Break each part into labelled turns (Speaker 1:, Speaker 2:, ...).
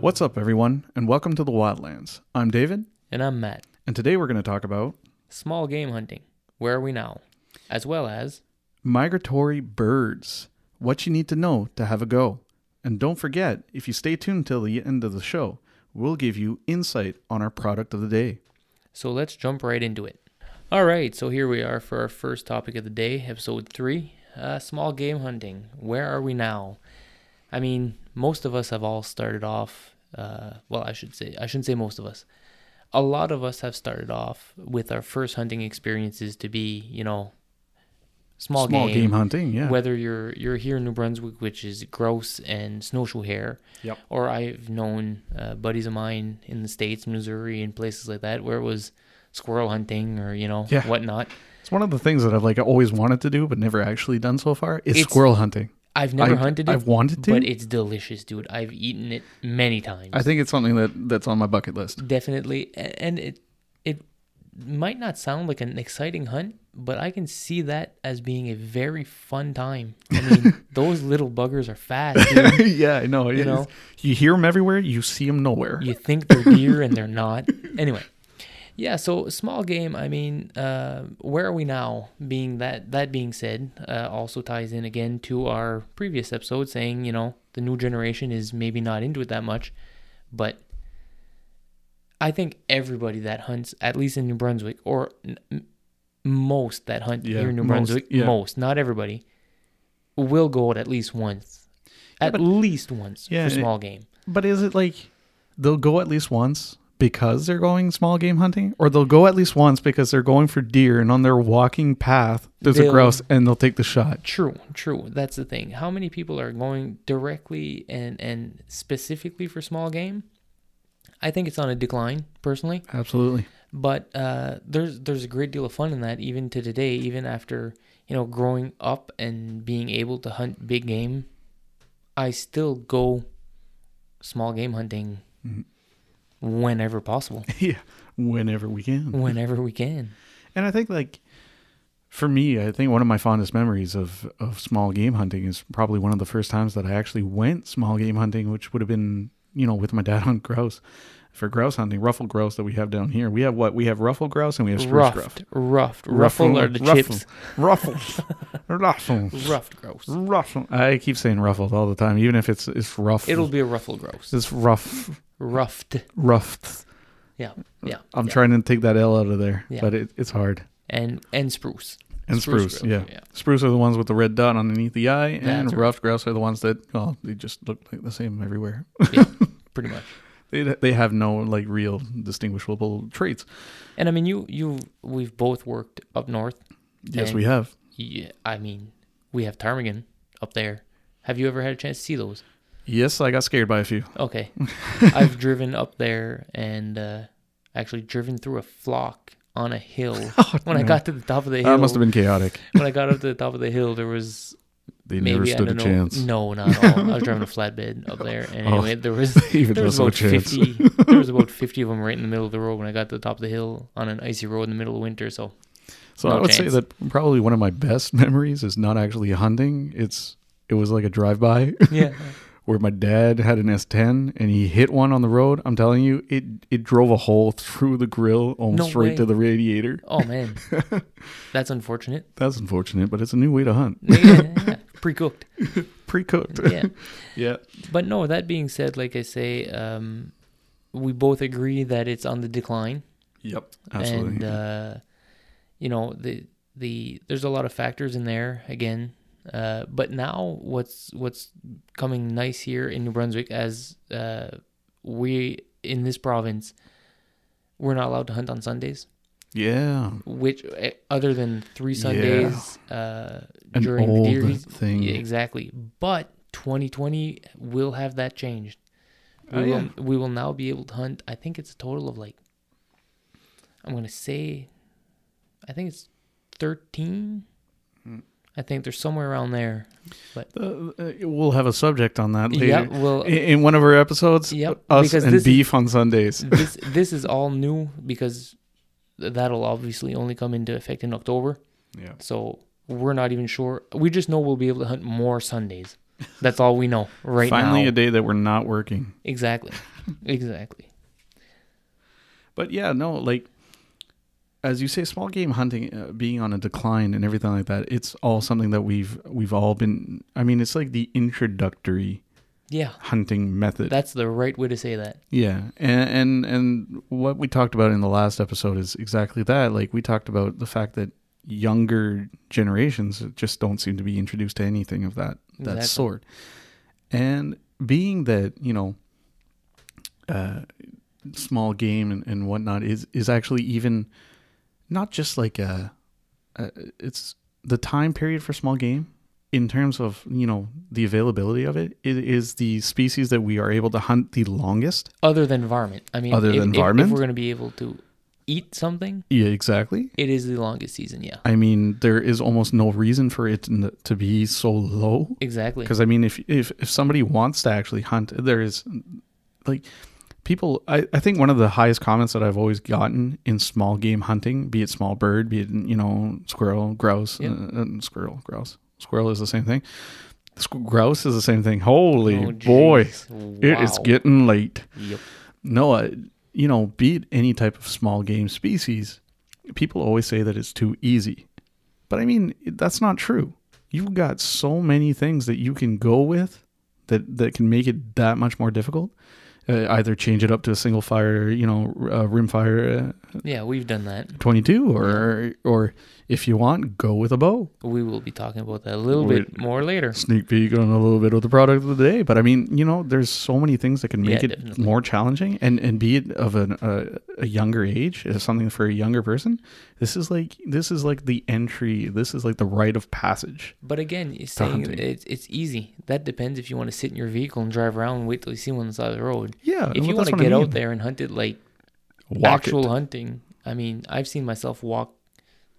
Speaker 1: What's up, everyone, and welcome to the Wildlands. I'm David,
Speaker 2: And I'm Matt.
Speaker 1: and today we're going to talk about
Speaker 2: Small game hunting. Where are we now? As well as
Speaker 1: migratory birds, what you need to know to have a go. And don't forget, if you stay tuned till the end of the show, we'll give you insight on our product of the day.
Speaker 2: so let's jump right into it. All right, so here we are for our first topic of the day, episode 3, uh, small game hunting. Where are we now? I mean, most of us have all started off uh, well, I should say I shouldn't say most of us. A lot of us have started off with our first hunting experiences to be, you know, small,
Speaker 1: Small
Speaker 2: game,
Speaker 1: game hunting, yeah.
Speaker 2: Whether you're you're here in New Brunswick, which is grouse and snowshoe hare,
Speaker 1: Yep.
Speaker 2: or I've known uh, buddies of mine in the states, Missouri, and places like that, where it was squirrel hunting or you know
Speaker 1: Yeah.
Speaker 2: whatnot.
Speaker 1: It's one of the things that I've like always wanted to do but never actually done so far is
Speaker 2: It's-
Speaker 1: squirrel hunting.
Speaker 2: I've never
Speaker 1: I-
Speaker 2: hunted it.
Speaker 1: I've wanted to.
Speaker 2: but it's delicious, dude. I've eaten it many times.
Speaker 1: I think it's something that that's on my bucket list.
Speaker 2: Definitely, A- and it it might not sound like an exciting hunt, but I can see that as being a very fun time. I mean, those little buggers are fast. Dude.
Speaker 1: yeah, I know. You,
Speaker 2: know?
Speaker 1: you hear them everywhere, you see them nowhere.
Speaker 2: you think they're deer and they're not. Anyway, yeah. So small game. I mean, uh, where are we now? Being that that being said, uh, also ties in again to our previous episode saying you know the new generation is maybe not into it that much, but I think everybody that hunts, at least in New Brunswick, or n- m- most that hunt
Speaker 1: Yeah,
Speaker 2: here in New
Speaker 1: most,
Speaker 2: Brunswick,
Speaker 1: yeah.
Speaker 2: most, not everybody, will go out at least once. At
Speaker 1: but-
Speaker 2: least once
Speaker 1: Yeah,
Speaker 2: for
Speaker 1: and it-
Speaker 2: small game.
Speaker 1: But is it like they'll go at least once because they're going small game hunting, or they'll go at least once because they're going for deer and on their walking path there's a
Speaker 2: They'll-
Speaker 1: grouse and they'll take the shot?
Speaker 2: True, true. That's the thing. How many people are going directly and and specifically for small game? I think it's on a decline personally,
Speaker 1: Absolutely.
Speaker 2: but uh, there's there's a great deal of fun in that even to today, even after you know growing up and being able to hunt big game. I still go small game hunting whenever possible,
Speaker 1: yeah. Whenever we can.
Speaker 2: whenever we can.
Speaker 1: And I think like for me, I think one of my fondest memories of of small game hunting is probably one of the first times that I actually went small game hunting, which would have been you know with my dad on grouse for grouse hunting, ruffle grouse that we have down here. We have what we have ruffle grouse and we have spruce grouse.
Speaker 2: Ruffed, ruffed, ruffle are the chips.
Speaker 1: Ruffle. ruffle.
Speaker 2: Ruffed gross.
Speaker 1: Ruffle. I keep saying ruffled all the time, even if it's it's rough.
Speaker 2: It'll be a ruffle gross.
Speaker 1: it's rough,
Speaker 2: Ruffed.
Speaker 1: roughed.
Speaker 2: Yeah, yeah.
Speaker 1: I'm
Speaker 2: yeah.
Speaker 1: trying to take that L out of there,
Speaker 2: Yeah.
Speaker 1: but it, it's hard.
Speaker 2: And and spruce.
Speaker 1: And spruce,
Speaker 2: grouse,
Speaker 1: yeah. Spruce are the ones with the red dot underneath the eye, and
Speaker 2: That's right.
Speaker 1: rough grouse are the ones that well, they just look like the same everywhere.
Speaker 2: yeah, yeah, pretty much.
Speaker 1: They they have no like real distinguishable traits.
Speaker 2: And I mean, you you we've both worked up north.
Speaker 1: Yes,
Speaker 2: And-
Speaker 1: we have.
Speaker 2: Yeah, I mean, we have ptarmigan up there. Have you ever had a chance to see those?
Speaker 1: Yes, I got scared by a few.
Speaker 2: Okay, I've driven up there and uh, actually driven through a flock on a hill. when I
Speaker 1: Oh, no.
Speaker 2: got to the top of the hill,
Speaker 1: That must have been chaotic.
Speaker 2: when I got up to the top of the hill, there was
Speaker 1: They
Speaker 2: maybe
Speaker 1: never
Speaker 2: I
Speaker 1: stood a
Speaker 2: don't know.
Speaker 1: chance.
Speaker 2: No, not at all. I was driving a flatbed up there, and
Speaker 1: Oh.
Speaker 2: anyway, there was
Speaker 1: Even
Speaker 2: there was
Speaker 1: there's no
Speaker 2: about
Speaker 1: chance.
Speaker 2: fifty. There was about fifty of them right in the middle of the road when I got to the top of the hill on an icy road in the middle of winter. So
Speaker 1: So
Speaker 2: No
Speaker 1: I would say
Speaker 2: chance.
Speaker 1: that probably one of my best memories is not actually hunting. It's it was like a drive by
Speaker 2: yeah,
Speaker 1: where my dad had an S10 and he hit one on the road. I'm telling you, it it drove a hole through the grill almost
Speaker 2: No
Speaker 1: right to
Speaker 2: way.
Speaker 1: the radiator.
Speaker 2: oh man, that's unfortunate.
Speaker 1: That's unfortunate, but it's a new way to hunt.
Speaker 2: Yeah, yeah, yeah. pre-cooked.
Speaker 1: Pre-cooked.
Speaker 2: Yeah,
Speaker 1: yeah.
Speaker 2: but no. That being said, like I say, um, we both agree that it's on the decline.
Speaker 1: Yep. Absolutely.
Speaker 2: And uh, you know the the there's a lot of factors in there again. Uh, but now what's what's coming nice here in New Brunswick as uh, we in this province we're not allowed to hunt on Sundays,
Speaker 1: yeah.
Speaker 2: which eh, other than three
Speaker 1: Yeah.
Speaker 2: Sundays uh,
Speaker 1: An
Speaker 2: during
Speaker 1: old
Speaker 2: the deer season-
Speaker 1: thing.
Speaker 2: Yeah, exactly. But 2020 will have that changed. We,
Speaker 1: Oh,
Speaker 2: will,
Speaker 1: yeah.
Speaker 2: we will now be able to hunt. I think it's a total of like, I'm going to say, I think it's 13.
Speaker 1: Hmm.
Speaker 2: I think they're somewhere around there. But
Speaker 1: Uh, uh, we'll have a subject on that later.
Speaker 2: yeah, well,
Speaker 1: In, in one of our episodes,
Speaker 2: Yep,
Speaker 1: us
Speaker 2: because
Speaker 1: and
Speaker 2: this-
Speaker 1: beef on Sundays.
Speaker 2: this, this is all new because th- that'll obviously only come into effect in October.
Speaker 1: Yeah.
Speaker 2: So we're not even sure. We just know we'll be able to hunt more Sundays. That's all we know right
Speaker 1: Finally,
Speaker 2: now.
Speaker 1: a day that we're not working.
Speaker 2: Exactly. exactly.
Speaker 1: But yeah, no, like as you say, small game hunting uh, being on a decline and everything like that. It's all something that we've we've all been. I mean, it's like the introductory
Speaker 2: Yeah,
Speaker 1: hunting method.
Speaker 2: that's the right way to say that.
Speaker 1: yeah, and, and and what we talked about in the last episode is exactly that. Like we talked about the fact that younger generations just don't seem to be introduced to anything of that that
Speaker 2: Exactly.
Speaker 1: sort. And being that you know, uh, small game and, and whatnot is is actually even not just like a, a it's the time period for small game in terms of you know the availability of it it is the species that we are able to hunt the longest
Speaker 2: Other than varmint, I mean,
Speaker 1: Other
Speaker 2: if,
Speaker 1: than
Speaker 2: if-
Speaker 1: varmint?
Speaker 2: if we're gonna be able to eat something,
Speaker 1: yeah exactly
Speaker 2: it is the longest season. Yeah,
Speaker 1: i mean there is almost no reason for it n- to be so low
Speaker 2: exactly.
Speaker 1: because i mean if, if if somebody wants to actually hunt there is like people I, I think one of the highest comments that i've always gotten in small game hunting be it small bird be it you know squirrel grouse
Speaker 2: Yeah.
Speaker 1: uh, uh, squirrel grouse squirrel is the same thing Squ- grouse is the same thing holy
Speaker 2: Oh,
Speaker 1: boy
Speaker 2: jeez.
Speaker 1: it is
Speaker 2: Wow.
Speaker 1: getting late
Speaker 2: Yep.
Speaker 1: no uh, you know be it any type of small game species people always say that it's too easy but i mean that's not true you've got so many things that you can go with that that can make it that much more difficult uh, either change it up to a single fire you know r- uh, rim fire uh,
Speaker 2: Yeah, we've done that.
Speaker 1: 22 or or if you want go with a bow
Speaker 2: We will be talking about that a little
Speaker 1: Wait.
Speaker 2: bit more later.
Speaker 1: sneak peek on a little bit of the product of the day. But I mean, you know, there's so many things that can make
Speaker 2: Yeah,
Speaker 1: it
Speaker 2: definitely.
Speaker 1: more challenging, and and be it of an, uh, a younger age, if something for a younger person. This is like this is like the entry. This is like the rite of passage.
Speaker 2: But again, you're saying
Speaker 1: hunting.
Speaker 2: it's, it's easy. That depends if you want to sit in your vehicle and drive around and wait till you see one on the side of the road.
Speaker 1: Yeah, well,
Speaker 2: if you
Speaker 1: that's
Speaker 2: want to
Speaker 1: what I
Speaker 2: get
Speaker 1: mean.
Speaker 2: out there and hunt it like
Speaker 1: Walk
Speaker 2: actual
Speaker 1: it.
Speaker 2: hunting, I mean, I've seen myself walk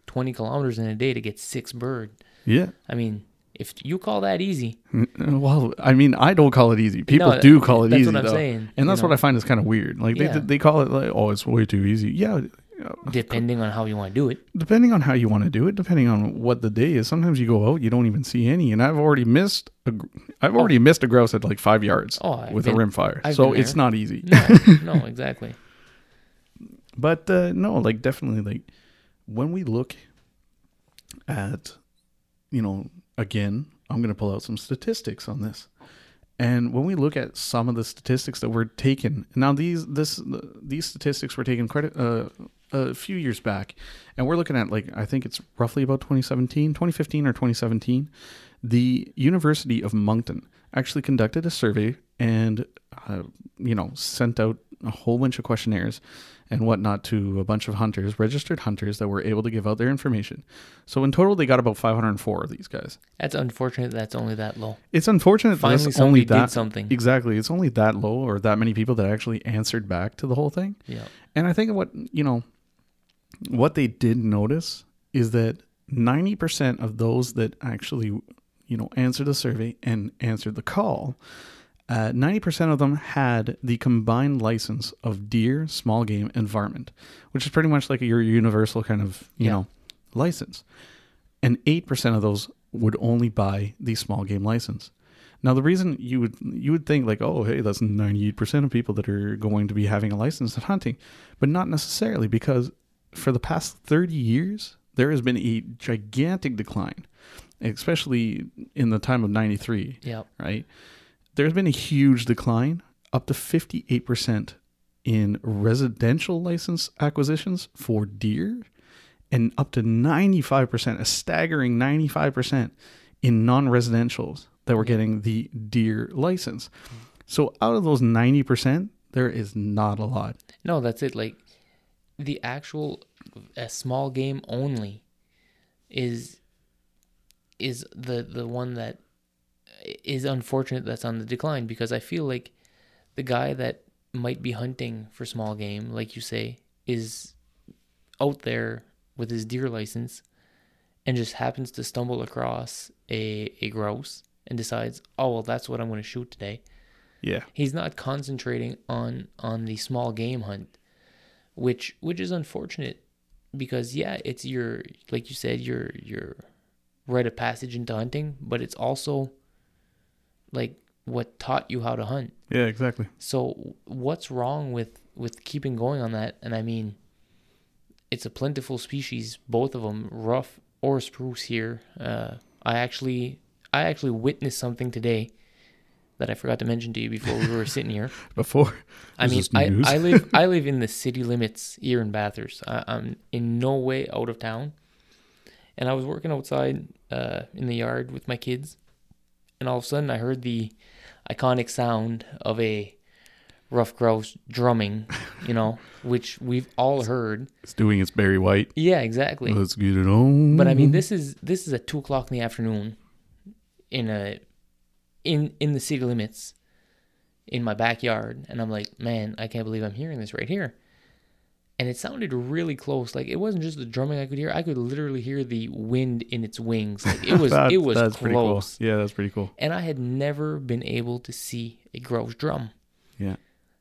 Speaker 2: 20 kilometers in a day to get six bird.
Speaker 1: Yeah.
Speaker 2: I mean, if you call that easy,
Speaker 1: Mm, Well, I mean, I don't call it easy. People
Speaker 2: No,
Speaker 1: do call it
Speaker 2: that's
Speaker 1: easy,
Speaker 2: what I'm
Speaker 1: though.
Speaker 2: saying,
Speaker 1: and
Speaker 2: you
Speaker 1: that's what
Speaker 2: know.
Speaker 1: I find is kind of weird. Like
Speaker 2: Yeah.
Speaker 1: they they call it like, oh, it's way too easy. Yeah.
Speaker 2: depending on how you want to do it,
Speaker 1: depending on how you want to do it, depending on what the day is. Sometimes you go out, you don't even see any, and I've already missed a, gr- I've already missed a grouse at like five yards
Speaker 2: Oh, I've
Speaker 1: with a
Speaker 2: been-
Speaker 1: rim fire.
Speaker 2: I've
Speaker 1: so
Speaker 2: been
Speaker 1: it's
Speaker 2: there.
Speaker 1: not easy.
Speaker 2: no, no, exactly.
Speaker 1: But uh, no, like definitely, like when we look at, you know, again, I'm going to pull out some statistics on this. And when we look at some of the statistics that were taken, now these this these statistics were taken credit uh, a few years back, and we're looking at like I think it's roughly about 2017, 2015 or 2017. The University of Moncton actually conducted a survey and uh, you know sent out a whole bunch of questionnaires and whatnot to a bunch of hunters, registered hunters that were able to give out their information. So in total, they got about 504 of these guys.
Speaker 2: That's unfortunate that's only that low.
Speaker 1: It's unfortunate that
Speaker 2: Finally,
Speaker 1: it's only
Speaker 2: somebody
Speaker 1: that
Speaker 2: did something.
Speaker 1: exactly. It's only that low or that many people that actually answered back to the whole thing.
Speaker 2: Yeah.
Speaker 1: And I think what you know, what they did notice is that 90% of those that actually you know answered the survey and answered the call. Uh, 90% of them had the combined license of deer, small game, and varmint, which is pretty much like your universal kind of, you
Speaker 2: Yeah.
Speaker 1: know, license. And 8% of those would only buy the small game license. Now the reason you would you would think like, oh hey, that's ninety eight percent of people that are going to be having a license in hunting, but not necessarily because for the past thirty years there has been a gigantic decline, especially in the time of ninety three
Speaker 2: Yeah.
Speaker 1: right? There's been a huge decline, up to 58% in residential license acquisitions for deer, and up to 95%, a staggering 95% in non residentials that were getting the deer license. So out of those 90%, there is not a lot.
Speaker 2: No, that's it. Like the actual a small game only is is the the one that is unfortunate that's on the decline because I feel like the guy that might be hunting for small game, like you say, is out there with his deer license and just happens to stumble across a, a grouse and decides, oh well that's what I'm gonna shoot today
Speaker 1: Yeah.
Speaker 2: he's not concentrating on on the small game hunt which which is unfortunate because yeah it's your like you said your your rite of passage into hunting but it's also like what taught you how to hunt.
Speaker 1: Yeah, exactly.
Speaker 2: So what's wrong with with keeping going on that? And I mean, it's a plentiful species, both of them, rough or spruce here. Uh, I actually I actually witnessed something today that I forgot to mention to you before we were sitting here.
Speaker 1: Before,
Speaker 2: I
Speaker 1: This
Speaker 2: mean,
Speaker 1: is
Speaker 2: I,
Speaker 1: news.
Speaker 2: I live I live in the city limits here in Bathurst. I, I'm in no way out of town, and I was working outside uh, in the yard with my kids, and all of a sudden I heard the iconic sound of a rough grouse drumming, you know, which we've all heard.
Speaker 1: it's doing its Barry White.
Speaker 2: Yeah, exactly.
Speaker 1: Let's get it on.
Speaker 2: But I mean, this is this is at two o'clock in the afternoon, in a, in in the city limits, in my backyard, and I'm like, man, I can't believe I'm hearing this right here. And it sounded really close. Like it wasn't just the drumming I could hear; I could literally hear the wind in its wings. Like it was
Speaker 1: That-
Speaker 2: it was
Speaker 1: that's pretty cool.
Speaker 2: close.
Speaker 1: Yeah, that's pretty cool.
Speaker 2: And I had never been able to see a grouse drum.
Speaker 1: Yeah.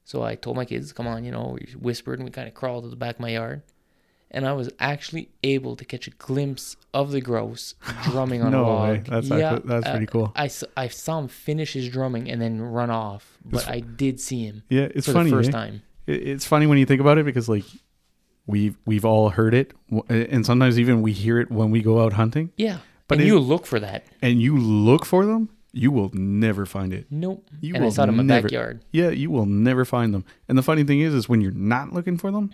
Speaker 2: So I told my kids, come on, you know, we whispered and we kind of crawled to the back of my yard. And I was actually able to catch a glimpse of the grouse drumming on a
Speaker 1: No
Speaker 2: log. uh,
Speaker 1: way. That's actu- that's pretty cool.
Speaker 2: I, s- I saw him finish his drumming and then run off, but I did see him
Speaker 1: Yeah, it's
Speaker 2: for
Speaker 1: funny.
Speaker 2: the first
Speaker 1: eh?
Speaker 2: time.
Speaker 1: It- It's funny when you think about it because like we've we've all heard it, w- and sometimes even we hear it when we go out hunting.
Speaker 2: Yeah.
Speaker 1: But
Speaker 2: But and
Speaker 1: it-
Speaker 2: you look for that.
Speaker 1: And you look for them, you will never find it.
Speaker 2: Nope.
Speaker 1: You
Speaker 2: and I
Speaker 1: will
Speaker 2: saw it in my
Speaker 1: never-
Speaker 2: backyard.
Speaker 1: Yeah, you will never find them. And the funny thing is, is when you're not looking for them,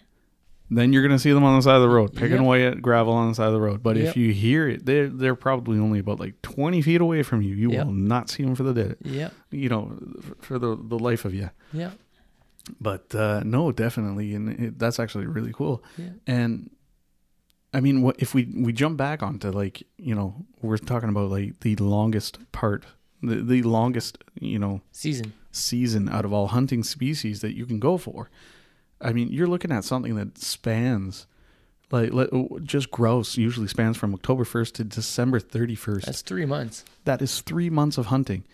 Speaker 1: then you're gonna see them on the side of the road, picking
Speaker 2: Yep.
Speaker 1: away at gravel on the side of the road. But if
Speaker 2: Yep.
Speaker 1: you hear it, they're they're probably only about like 20 feet away from you. You
Speaker 2: Yep.
Speaker 1: will not see them for the dead,
Speaker 2: Yeah.
Speaker 1: you know, for- for the the life of you.
Speaker 2: Yeah.
Speaker 1: But uh, no, definitely, and it, that's actually really cool.
Speaker 2: Yeah.
Speaker 1: And I mean, what if we we jump back onto like you know we're talking about like the longest part, the the longest you know
Speaker 2: Season.
Speaker 1: season out of all hunting species that you can go for. I mean, you're looking at something that spans, like let, just grouse usually spans from October 1st to December 31st.
Speaker 2: That's three months.
Speaker 1: that is three months of hunting.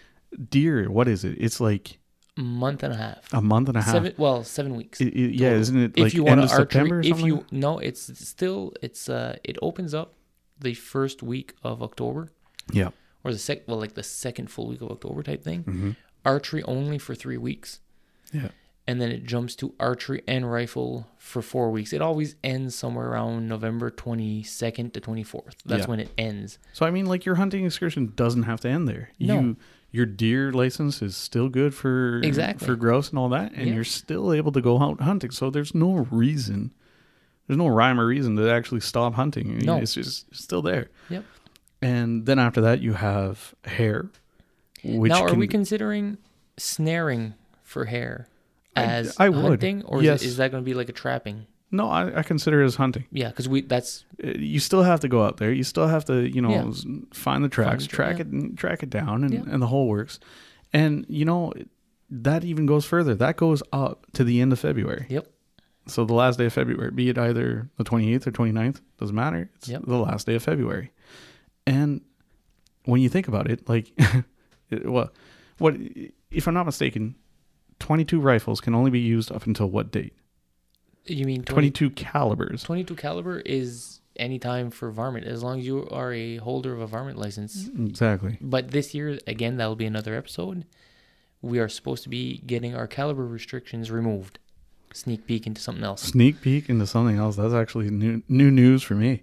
Speaker 1: Deer, what is it? It's like
Speaker 2: Month and a half.
Speaker 1: a month and a half.
Speaker 2: Seven. Well, seven weeks.
Speaker 1: It- it- yeah,
Speaker 2: total.
Speaker 1: isn't it
Speaker 2: if
Speaker 1: like
Speaker 2: you
Speaker 1: end
Speaker 2: want
Speaker 1: of
Speaker 2: to archery,
Speaker 1: September or
Speaker 2: if
Speaker 1: something?
Speaker 2: you no, it's still it's uh it opens up the first week of October
Speaker 1: yeah.
Speaker 2: or the sec well like the second full week of October type thing. Archery only for three weeks,
Speaker 1: Mm-hmm. Yeah.
Speaker 2: and then it jumps to archery and rifle for four weeks. It always ends somewhere around November twenty second to twenty fourth. That's
Speaker 1: Yeah.
Speaker 2: when it ends.
Speaker 1: So I mean, like your hunting excursion doesn't have to end there.
Speaker 2: No.
Speaker 1: You your deer license is still good for
Speaker 2: Exactly.
Speaker 1: for grouse and all that, and
Speaker 2: Yeah.
Speaker 1: you're still able to go out hunting. So there's no reason, there's no rhyme or reason to actually stop hunting. You know,
Speaker 2: No.
Speaker 1: it's just it's still there.
Speaker 2: Yep.
Speaker 1: And then after that, you have hare, which
Speaker 2: now, are
Speaker 1: can-
Speaker 2: we considering snaring for hare
Speaker 1: I-
Speaker 2: as
Speaker 1: I would.
Speaker 2: hunting, or
Speaker 1: Yes.
Speaker 2: is, it, is that going to be like a trapping?
Speaker 1: no, I, I consider it as hunting.
Speaker 2: Yeah, because we that's
Speaker 1: Uh, You still have to go out there. You still have to you know
Speaker 2: Yeah.
Speaker 1: s- find the tracks,
Speaker 2: tra-
Speaker 1: track
Speaker 2: yeah.
Speaker 1: it, and track it down, and,
Speaker 2: Yeah.
Speaker 1: and the whole works. And you know that even goes further. That goes up to the end of February.
Speaker 2: yep.
Speaker 1: so the last day of february be it either the 28th or 29th doesn't matter it's
Speaker 2: Yep.
Speaker 1: the last day of february and when you think about it like it, what what if i'm not mistaken 22 rifles can only be used up until what date
Speaker 2: You mean 20,
Speaker 1: 22 calibers
Speaker 2: 22 caliber is any time for varmint as long as you are a holder of a varmint license.
Speaker 1: exactly
Speaker 2: But this year again that will be another episode. We are supposed to be getting our caliber restrictions removed. Sneak peek into something else.
Speaker 1: sneak peek into something else that's actually new new news for me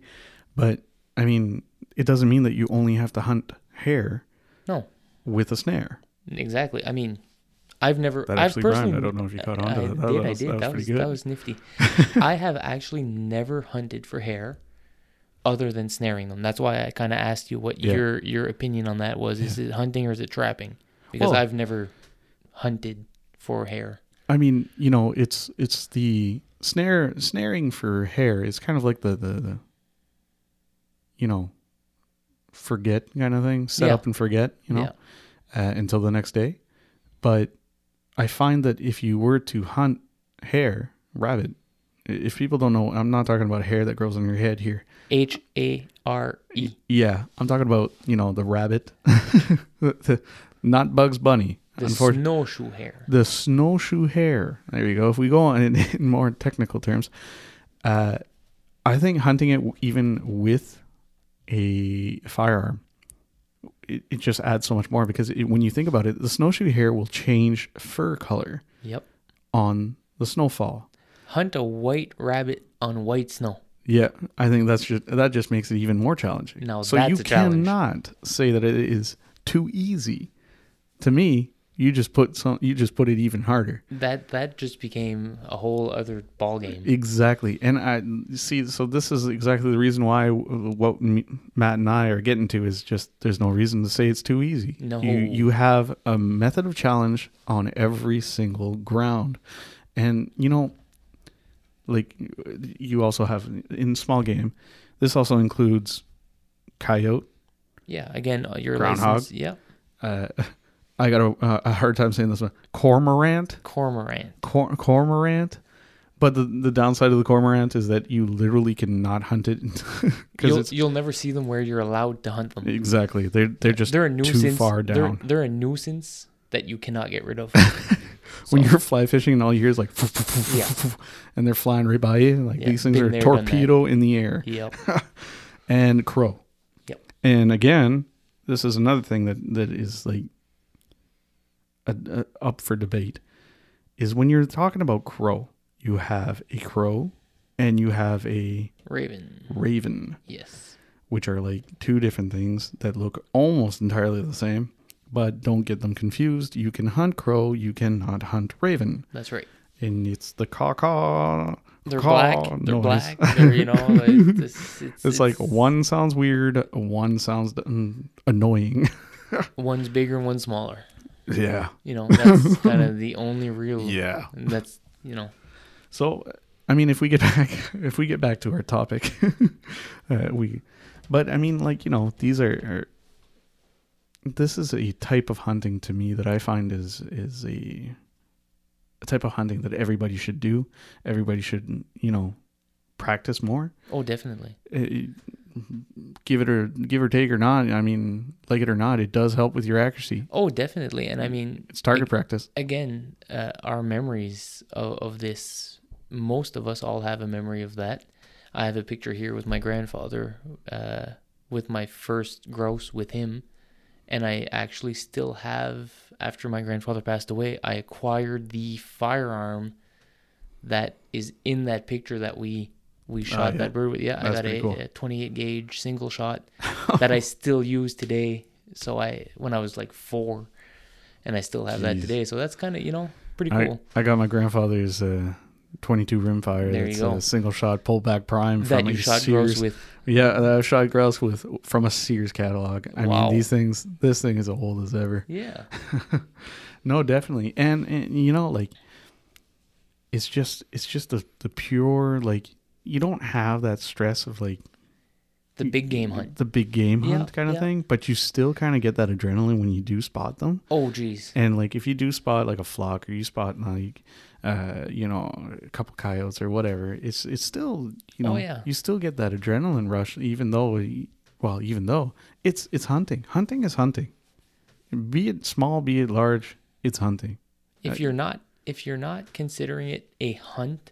Speaker 1: but i mean it doesn't mean that you only have to hunt hare
Speaker 2: No,
Speaker 1: with a snare
Speaker 2: exactly. I mean, I've never
Speaker 1: that
Speaker 2: I've
Speaker 1: actually
Speaker 2: personally
Speaker 1: rhymed. i don't know if you caught on
Speaker 2: Uh, I
Speaker 1: to that. that
Speaker 2: did,
Speaker 1: that
Speaker 2: I
Speaker 1: was,
Speaker 2: did.
Speaker 1: that was pretty good
Speaker 2: that was nifty. I have actually never hunted for hare other than snaring them. That's why I kind of asked you what
Speaker 1: Yeah.
Speaker 2: your your opinion on that was. Is it hunting or is it trapping? Because
Speaker 1: Well-
Speaker 2: I've never hunted for hare.
Speaker 1: I mean, you know, it's it's the snare snaring for hair is kind of like the the, the you know forget kind of thing, set
Speaker 2: Yeah.
Speaker 1: up and forget, you know, uh, until the next day. But I find that if you were to hunt hair, rabbit, i- if people don't know, I'm not talking about hair that grows on your head here.
Speaker 2: H A R E.
Speaker 1: Yeah, I'm talking about you know the rabbit, The- not Bugs Bunny.
Speaker 2: The
Speaker 1: unfortunately.
Speaker 2: snowshoe hare.
Speaker 1: The snowshoe hare. There you go. If we go on in, in more technical terms, uh, I think hunting it w- even with a firearm it, it just adds so much more because it, when you think about it, the snowshoe hare will change fur color
Speaker 2: Yep.
Speaker 1: on the snowfall.
Speaker 2: Hunt a white rabbit on white snow.
Speaker 1: Yeah, I think that's just that just makes it even more challenging.
Speaker 2: Now
Speaker 1: so
Speaker 2: that's
Speaker 1: you
Speaker 2: a challenge.
Speaker 1: cannot say that it is too easy. To me, you just put some you just put it even harder.
Speaker 2: That that just became a whole other ball game.
Speaker 1: Exactly. And I see so this is exactly the reason why uh, what m- Matt and I are getting to is just there's no reason to say it's too easy.
Speaker 2: No.
Speaker 1: You you have a method of challenge on every single ground. And you know like you also have in small game this also includes coyote
Speaker 2: Yeah. Again, uh, your
Speaker 1: Groundhog.
Speaker 2: license. Yeah.
Speaker 1: uh, I got a, uh, a hard time saying this one. Cormorant,
Speaker 2: Cormorant.
Speaker 1: cor- cormorant. But the, the downside of the cormorant is that you literally cannot hunt it because
Speaker 2: You'll
Speaker 1: it's
Speaker 2: you'll never see them where you're allowed to hunt them.
Speaker 1: exactly they're they're just
Speaker 2: they're a nuisance.
Speaker 1: too far
Speaker 2: They're-
Speaker 1: down.
Speaker 2: They're, a nuisance that you cannot get rid of.
Speaker 1: when
Speaker 2: So,
Speaker 1: you're fly fishing and all you hear is like,
Speaker 2: Yeah.
Speaker 1: and they're flying right by you. Like
Speaker 2: Yeah,
Speaker 1: these things
Speaker 2: been
Speaker 1: are
Speaker 2: there, done that.
Speaker 1: torpedo in the air.
Speaker 2: yep.
Speaker 1: and crow.
Speaker 2: Yep.
Speaker 1: And again, this is another thing that that is like a, a- up for debate is when you're talking about crow, you have a crow and you have a
Speaker 2: Raven.
Speaker 1: raven,
Speaker 2: Yes.
Speaker 1: which are like two different things that look almost entirely the same, but don't get them confused. You can hunt crow, you cannot hunt raven,
Speaker 2: That's right.
Speaker 1: and it's the caw caw.
Speaker 2: They're
Speaker 1: caw
Speaker 2: black. They're
Speaker 1: noise.
Speaker 2: black. They're you know. Like, this, it's,
Speaker 1: It's like one sounds weird, one sounds mm, annoying.
Speaker 2: one's bigger and one's smaller.
Speaker 1: Yeah.
Speaker 2: You know, that's kind of the only real.
Speaker 1: Yeah.
Speaker 2: That's you know.
Speaker 1: So, I mean, if we get back, if we get back to our topic, uh, we, but I mean, like you know, these are, are. This is a type of hunting to me that I find is is a, a type of hunting that everybody should do. Everybody should you know, practice more.
Speaker 2: Oh, definitely.
Speaker 1: it- give it or give or take or not. I mean, like it or not, it does help with your accuracy.
Speaker 2: Oh, definitely. And I mean,
Speaker 1: It's target practice.
Speaker 2: again, uh, our memories of, of this, most of us all have a memory of that. I have a picture here with my grandfather, uh, with my first grouse with him. And I actually still have, after my grandfather passed away, I acquired the firearm that is in that picture that we we shot
Speaker 1: Ah, yeah.
Speaker 2: that bird with. Yeah,
Speaker 1: That's
Speaker 2: I got
Speaker 1: pretty
Speaker 2: a,
Speaker 1: cool.
Speaker 2: a 28 gauge single shot that I still use today. So I, when I was like four, and I still have that
Speaker 1: Jeez.
Speaker 2: today. So that's kind of you know pretty
Speaker 1: I,
Speaker 2: cool.
Speaker 1: I got my grandfather's uh, 22 rimfire.
Speaker 2: There you
Speaker 1: It's
Speaker 2: go.
Speaker 1: a single shot pullback prime
Speaker 2: that
Speaker 1: from
Speaker 2: you
Speaker 1: a
Speaker 2: shot
Speaker 1: Sears.
Speaker 2: grows with.
Speaker 1: Yeah, that I shot grouse with from a Sears catalog. I
Speaker 2: Wow.
Speaker 1: mean, these things. This thing is old as ever.
Speaker 2: Yeah,
Speaker 1: No, definitely. And, and you know, like it's just it's just the the pure like you don't have that stress of like
Speaker 2: the big game hunt.
Speaker 1: the big game
Speaker 2: Yeah,
Speaker 1: hunt kind of
Speaker 2: yeah.
Speaker 1: thing, but you still kind of get that adrenaline when you do spot them.
Speaker 2: Oh geez,
Speaker 1: And like if you do spot like a flock or you spot like uh you know a couple coyotes or whatever, it's it's still you
Speaker 2: Oh,
Speaker 1: know
Speaker 2: yeah.
Speaker 1: you still get that adrenaline rush even though well even though it's it's hunting. Hunting is hunting. Be it small, be it large, it's hunting.
Speaker 2: if
Speaker 1: I-
Speaker 2: you're not if you're not considering it a hunt,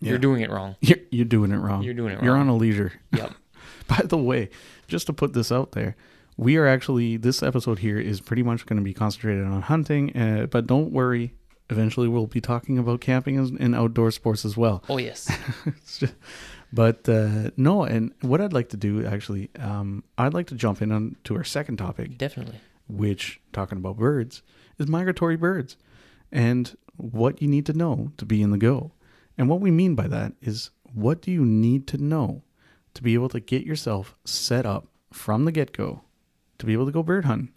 Speaker 1: Yeah.
Speaker 2: you're doing it wrong.
Speaker 1: You're, you're doing it wrong.
Speaker 2: You're doing it
Speaker 1: You're on
Speaker 2: wrong.
Speaker 1: a leisure.
Speaker 2: Yep.
Speaker 1: By the way, just to put this out there, we are actually this episode here is pretty much going to be concentrated on hunting, uh, but don't worry. Eventually, we'll be talking about camping and, and outdoor sports as well.
Speaker 2: Oh yes.
Speaker 1: It's just- but uh, no, and what I'd like to do actually, um, I'd like to jump in on to our second topic,
Speaker 2: Definitely.
Speaker 1: which talking about birds is migratory birds, and what you need to know to be in the go. And what we mean by that is what do you need to know to be able to get yourself set up from the get go to be able to go bird hunting.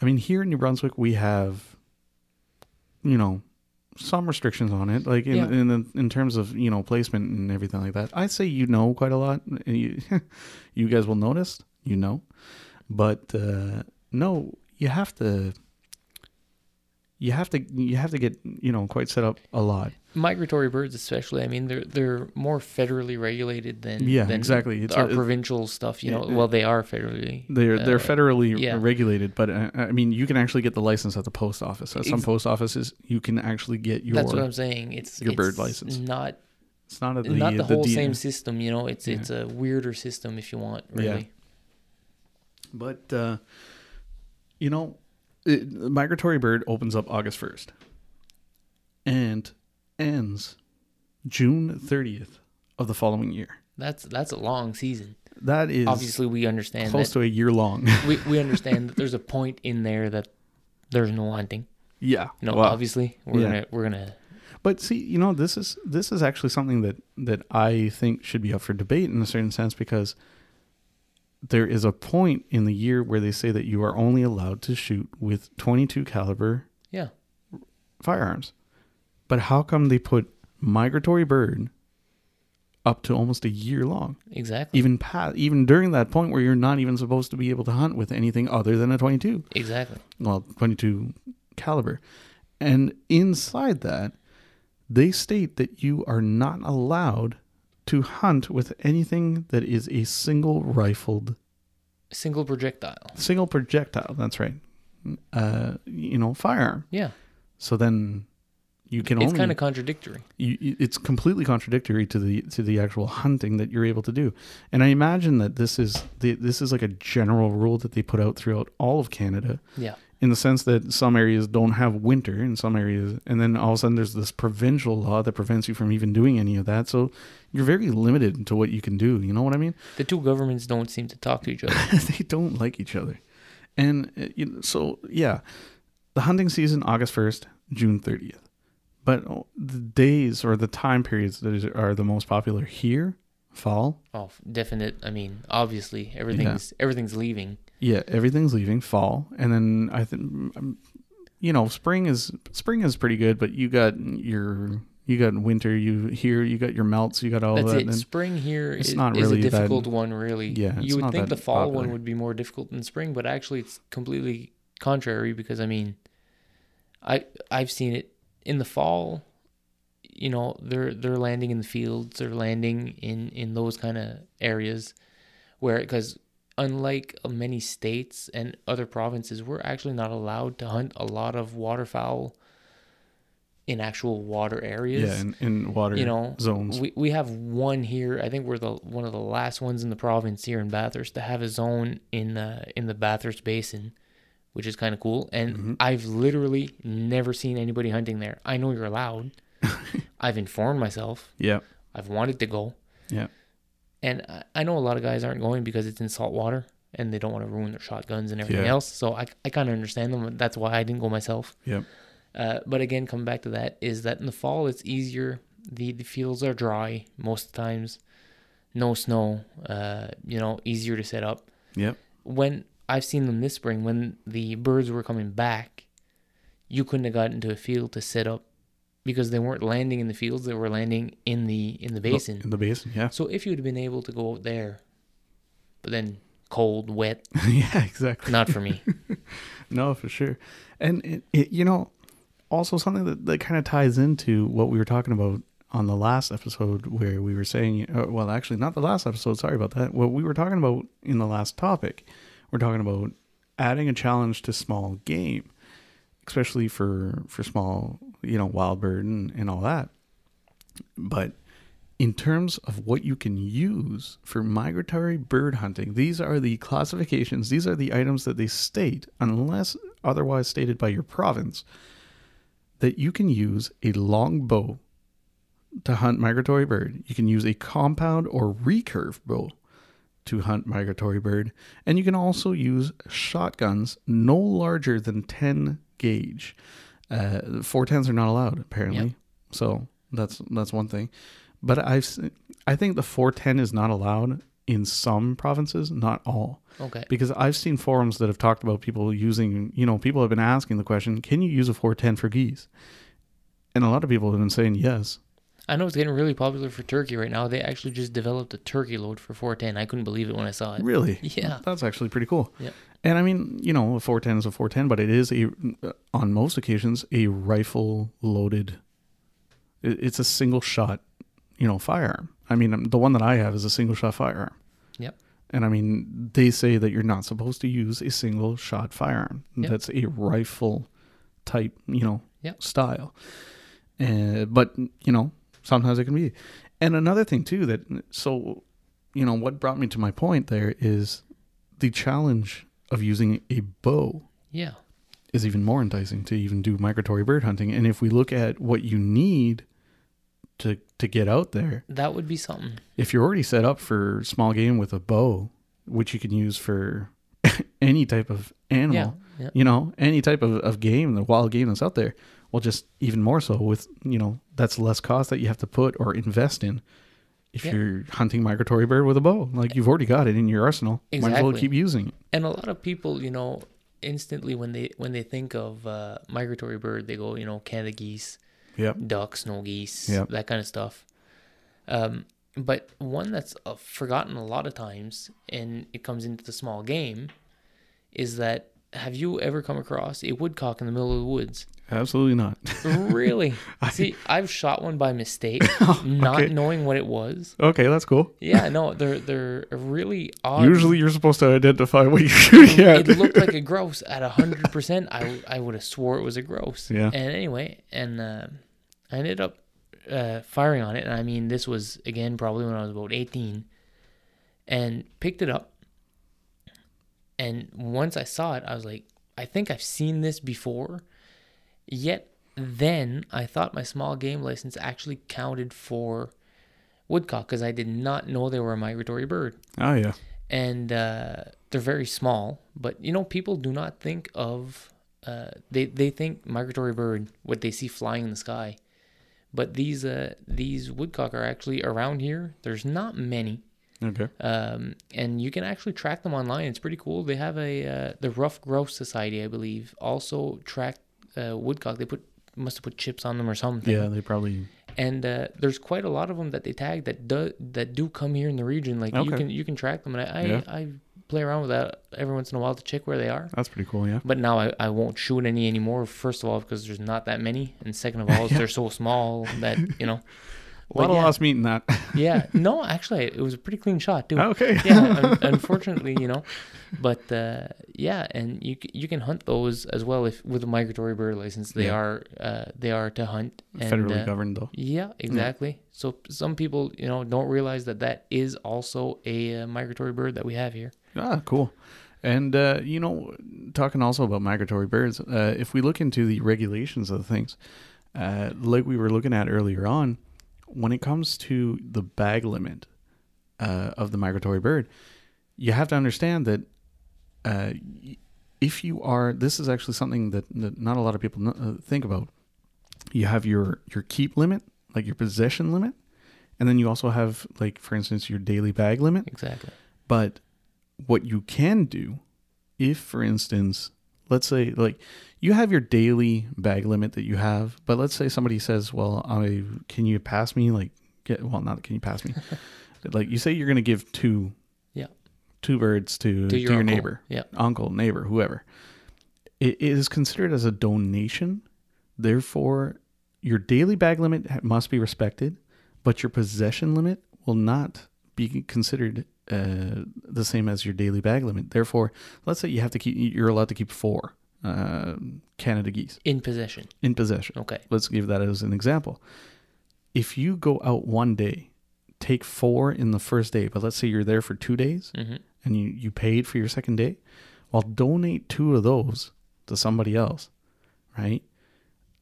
Speaker 1: I mean, here in New Brunswick, we have, you know, some restrictions on it, like in
Speaker 2: Yeah.
Speaker 1: in, the, in terms of you know placement and everything like that. I say you know quite a lot. and You, you guys will notice, you know, but uh, no, you have to. You have to you have to get you know quite set up a lot.
Speaker 2: Migratory birds, especially. I mean, they're they're more federally regulated than
Speaker 1: Yeah,
Speaker 2: than
Speaker 1: exactly. It's
Speaker 2: our
Speaker 1: a-
Speaker 2: provincial stuff. You know,
Speaker 1: Yeah.
Speaker 2: well they are federally.
Speaker 1: They're they're
Speaker 2: uh,
Speaker 1: federally
Speaker 2: yeah.
Speaker 1: regulated, but uh, I mean you can actually get the license at the post office. At some
Speaker 2: Ex-
Speaker 1: post offices, you can actually get your.
Speaker 2: That's what I'm saying. It's
Speaker 1: your bird
Speaker 2: it's
Speaker 1: license.
Speaker 2: Not
Speaker 1: It's not at the
Speaker 2: not the
Speaker 1: the
Speaker 2: whole
Speaker 1: D-
Speaker 2: same system. You know, it's
Speaker 1: Yeah.
Speaker 2: it's a weirder system if you want.
Speaker 1: Yeah.
Speaker 2: Really.
Speaker 1: But uh, you know, it, the migratory bird opens up August 1st and ends June 30th of the following year.
Speaker 2: That's that's a long season.
Speaker 1: That is
Speaker 2: Obviously, we understand
Speaker 1: close
Speaker 2: that
Speaker 1: to a year long.
Speaker 2: we, we understand that there's a point in there that there's no hunting.
Speaker 1: yeah.
Speaker 2: No,
Speaker 1: Wow.
Speaker 2: obviously we're
Speaker 1: Yeah.
Speaker 2: gonna we're gonna
Speaker 1: But see, you know, this is this is actually something that that I think should be up for debate in a certain sense because there is a point in the year where they say that you are only allowed to shoot with 22 caliber
Speaker 2: yeah
Speaker 1: firearms. But how come they put migratory bird up to almost a year long?
Speaker 2: exactly
Speaker 1: Even past, even during that point where you're not even supposed to be able to hunt with anything other than a 22
Speaker 2: exactly
Speaker 1: well 22 caliber and inside that they state that you are not allowed to hunt with anything that is a single rifled
Speaker 2: single projectile.
Speaker 1: single projectile that's right uh you know firearm
Speaker 2: Yeah,
Speaker 1: so then you can
Speaker 2: it's
Speaker 1: only
Speaker 2: kind of contradictory.
Speaker 1: you, you- it's completely contradictory to the to the actual hunting that you're able to do and i imagine that this is the, this is like a general rule that they put out throughout all of canada
Speaker 2: Yeah,
Speaker 1: in the sense that some areas don't have winter in some areas and then all of a sudden there's this provincial law that prevents you from even doing any of that so you're very limited to what you can do you know what i mean
Speaker 2: the two governments don't seem to talk to each other.
Speaker 1: they don't like each other and uh, you know, so yeah the hunting season august 1st june 30th but oh, the days or the time periods that is, are the most popular here fall
Speaker 2: Oh, f- definite. I mean, obviously everything's everything's leaving.
Speaker 1: Yeah, everything's leaving fall, and then I think, um, you know, spring is spring is pretty good, but you got your you got winter, you here, you got your melts, you got all
Speaker 2: That's
Speaker 1: that.
Speaker 2: it.
Speaker 1: and-
Speaker 2: spring here
Speaker 1: it's
Speaker 2: is,
Speaker 1: not
Speaker 2: is a
Speaker 1: really that-
Speaker 2: difficult one, really.
Speaker 1: Yeah, it's
Speaker 2: you would
Speaker 1: not
Speaker 2: think the
Speaker 1: that
Speaker 2: fall one
Speaker 1: popular.
Speaker 2: would be more difficult than spring, but actually, it's completely contrary because I mean, I I've seen it in the fall. You know, they're they're landing in the fields, they're landing in in those kind of areas where because unlike many states and other provinces, we're actually not allowed to hunt a lot of waterfowl in actual water areas
Speaker 1: yeah, in, in water,
Speaker 2: you know
Speaker 1: zones.
Speaker 2: we, we have one here i think we're the one of the last ones in the province here in bathurst to have a zone in uh, in the bathurst basin which is kind of cool and i've literally never seen anybody hunting there i know you're allowed i've informed myself
Speaker 1: yeah,
Speaker 2: i've wanted to go
Speaker 1: yeah,
Speaker 2: and I, I know a lot of guys aren't going because it's in salt water and they don't want to ruin their shotguns and everything
Speaker 1: Yeah.
Speaker 2: else so i, I kind of understand them that's why i didn't go myself
Speaker 1: yeah,
Speaker 2: uh, but again, coming back to that is that in the fall it's easier. The the fields are dry most of the times, no snow. Uh, you know, easier to set up.
Speaker 1: yeah,
Speaker 2: When I've seen them this spring, when the birds were coming back, you couldn't have gotten to a field to set up because they weren't landing in the fields. They were landing in the in the basin.
Speaker 1: in the basin. Yeah,
Speaker 2: So if you'd have been able to go out there, but then cold, wet,
Speaker 1: yeah, exactly.
Speaker 2: not for me.
Speaker 1: No, for sure. And it, it, you know, also something that, that kind of ties into what we were talking about on the last episode where we were saying, uh, well, actually, not the last episode. Sorry about that. What we were talking about in the last topic, we're talking about adding a challenge to small game, especially for for small, you know, wild bird and, and all that. But in terms of what you can use for migratory bird hunting, these are the classifications, these are the items that they state, unless otherwise stated by your province, that you can use a long bow to hunt migratory bird. You can use a compound or recurve bow to hunt migratory bird. And you can also use shotguns no larger than 10 gauge. Uh, 410s are not allowed, apparently.
Speaker 2: Yep.
Speaker 1: So that's that's one thing. But I've s- I think the 410 is not allowed in some provinces, not all.
Speaker 2: Okay.
Speaker 1: Because I've seen forums that have talked about people using, you know, people have been asking the question, can you use a 410 for geese? And a lot of people have been saying yes.
Speaker 2: I know it's getting really popular for turkey right now. They actually just developed a turkey load for 410. I couldn't believe it when I saw it.
Speaker 1: Really?
Speaker 2: Yeah.
Speaker 1: That's actually pretty cool.
Speaker 2: Yeah.
Speaker 1: And I mean, you know, a 410 is a 410, but it is a on most occasions a rifle loaded it- it's a single shot, you know, firearm. I mean, um, the one that I have is a single shot firearm.
Speaker 2: Yep.
Speaker 1: And I mean, they say that you're not supposed to use a single shot firearm.
Speaker 2: Yep.
Speaker 1: That's a rifle type, you know,
Speaker 2: Yep.
Speaker 1: style. Uh, but, you know, sometimes it can be. And another thing, too, that so, you know, what brought me to my point there is the challenge of using a bow
Speaker 2: Yeah.
Speaker 1: is even more enticing to even do migratory bird hunting. And if we look at what you need to to get out there,
Speaker 2: That would be something.
Speaker 1: if you're already set up for small game with a bow, which you can use for any type of animal,
Speaker 2: Yeah. Yeah.
Speaker 1: you know, any type of, of game, the wild game that's out there, well, just even more so with, you know, that's less cost that you have to put or invest in if
Speaker 2: Yeah.
Speaker 1: you're hunting migratory bird with a bow. Like you've already got it in your arsenal. Might as well
Speaker 2: Exactly.
Speaker 1: keep using it.
Speaker 2: And a lot of people, you know, instantly when they when they think of uh, migratory bird, they go, you know, Canada geese,
Speaker 1: Yep.
Speaker 2: duck, snow geese,
Speaker 1: Yep.
Speaker 2: that kind of stuff. Um, but one that's uh, forgotten a lot of times, and it comes into the small game, is that have you ever come across a woodcock in the middle of the woods?
Speaker 1: Absolutely not.
Speaker 2: Really? See, I've shot one by mistake, not
Speaker 1: okay.
Speaker 2: knowing what it was.
Speaker 1: okay, that's cool.
Speaker 2: Yeah, no, they're they're a really odd.
Speaker 1: Usually you're supposed to identify what you're shooting at.
Speaker 2: it looked like a gross at hundred percent. I I would have swore it was a gross.
Speaker 1: Yeah.
Speaker 2: And anyway, and uh, I ended up uh, firing on it, and I mean this was again probably when I was about eighteen, and picked it up. And once I saw it, I was like, I think I've seen this before. Yet then I thought my small game license actually counted for woodcock because I did not know they were a migratory bird
Speaker 1: oh yeah.
Speaker 2: and uh, they're very small. But you know, people do not think of uh, they they think migratory bird what they see flying in the sky, but these uh, these woodcock are actually around here. There's not many,
Speaker 1: Okay.
Speaker 2: um, and you can actually track them online. It's pretty cool. They have a uh, the Rough Grouse Society, I believe, also track uh, woodcock. They put must have put chips on them or something
Speaker 1: Yeah, they probably
Speaker 2: and uh, there's quite a lot of them that they tag that do that do come here in the region. Like you
Speaker 1: Okay.
Speaker 2: can you can track them, and I, I,
Speaker 1: Yeah.
Speaker 2: I play around with that every once in a while to check where they are.
Speaker 1: that's pretty cool, yeah.
Speaker 2: But now I, I won't shoot any anymore. First of all, because there's not that many, and second of all, is they're so small that you know.
Speaker 1: A lot
Speaker 2: But
Speaker 1: of
Speaker 2: yeah,
Speaker 1: lost meat in that.
Speaker 2: yeah. No, actually, it was a pretty clean shot too.
Speaker 1: okay.
Speaker 2: yeah, un- unfortunately, you know, but uh, yeah, and you c- you can hunt those as well if with a migratory bird license. They
Speaker 1: Yeah.
Speaker 2: are uh, they are to hunt and,
Speaker 1: Federally
Speaker 2: uh,
Speaker 1: governed though.
Speaker 2: yeah, exactly. So p- some people, you know, don't realize that that is also a uh, migratory bird that we have here.
Speaker 1: Ah, cool. And uh, you know, talking also about migratory birds, uh, if we look into the regulations of things, uh, like we were looking at earlier on, when it comes to the bag limit uh, of the migratory bird, you have to understand that uh, y- if you are, this is actually something that, that not a lot of people kn- uh, think about. You have your your keep limit, like your possession limit, and then you also have, like for instance, your daily bag limit.
Speaker 2: Exactly.
Speaker 1: But what you can do, if for instance, let's say like you have your daily bag limit that you have, but let's say somebody says, "Well, I can you pass me like get well not can you pass me, like you say you're gonna give two,
Speaker 2: Yeah.
Speaker 1: two birds to to your,
Speaker 2: uncle.
Speaker 1: neighbor,
Speaker 2: Yeah.
Speaker 1: uncle, neighbor, whoever. It it is considered as a donation. Therefore, your daily bag limit ha- must be respected, but your possession limit will not be considered uh, the same as your daily bag limit. Therefore, let's say you have to keep, you're allowed to keep four uh, Canada geese
Speaker 2: In possession.
Speaker 1: in possession.
Speaker 2: Okay.
Speaker 1: Let's give that as an example. If you go out one day, take four in the first day, but let's say you're there for two days,
Speaker 2: hmm
Speaker 1: and you, you paid for your second date, well, donate two of those to somebody else, right?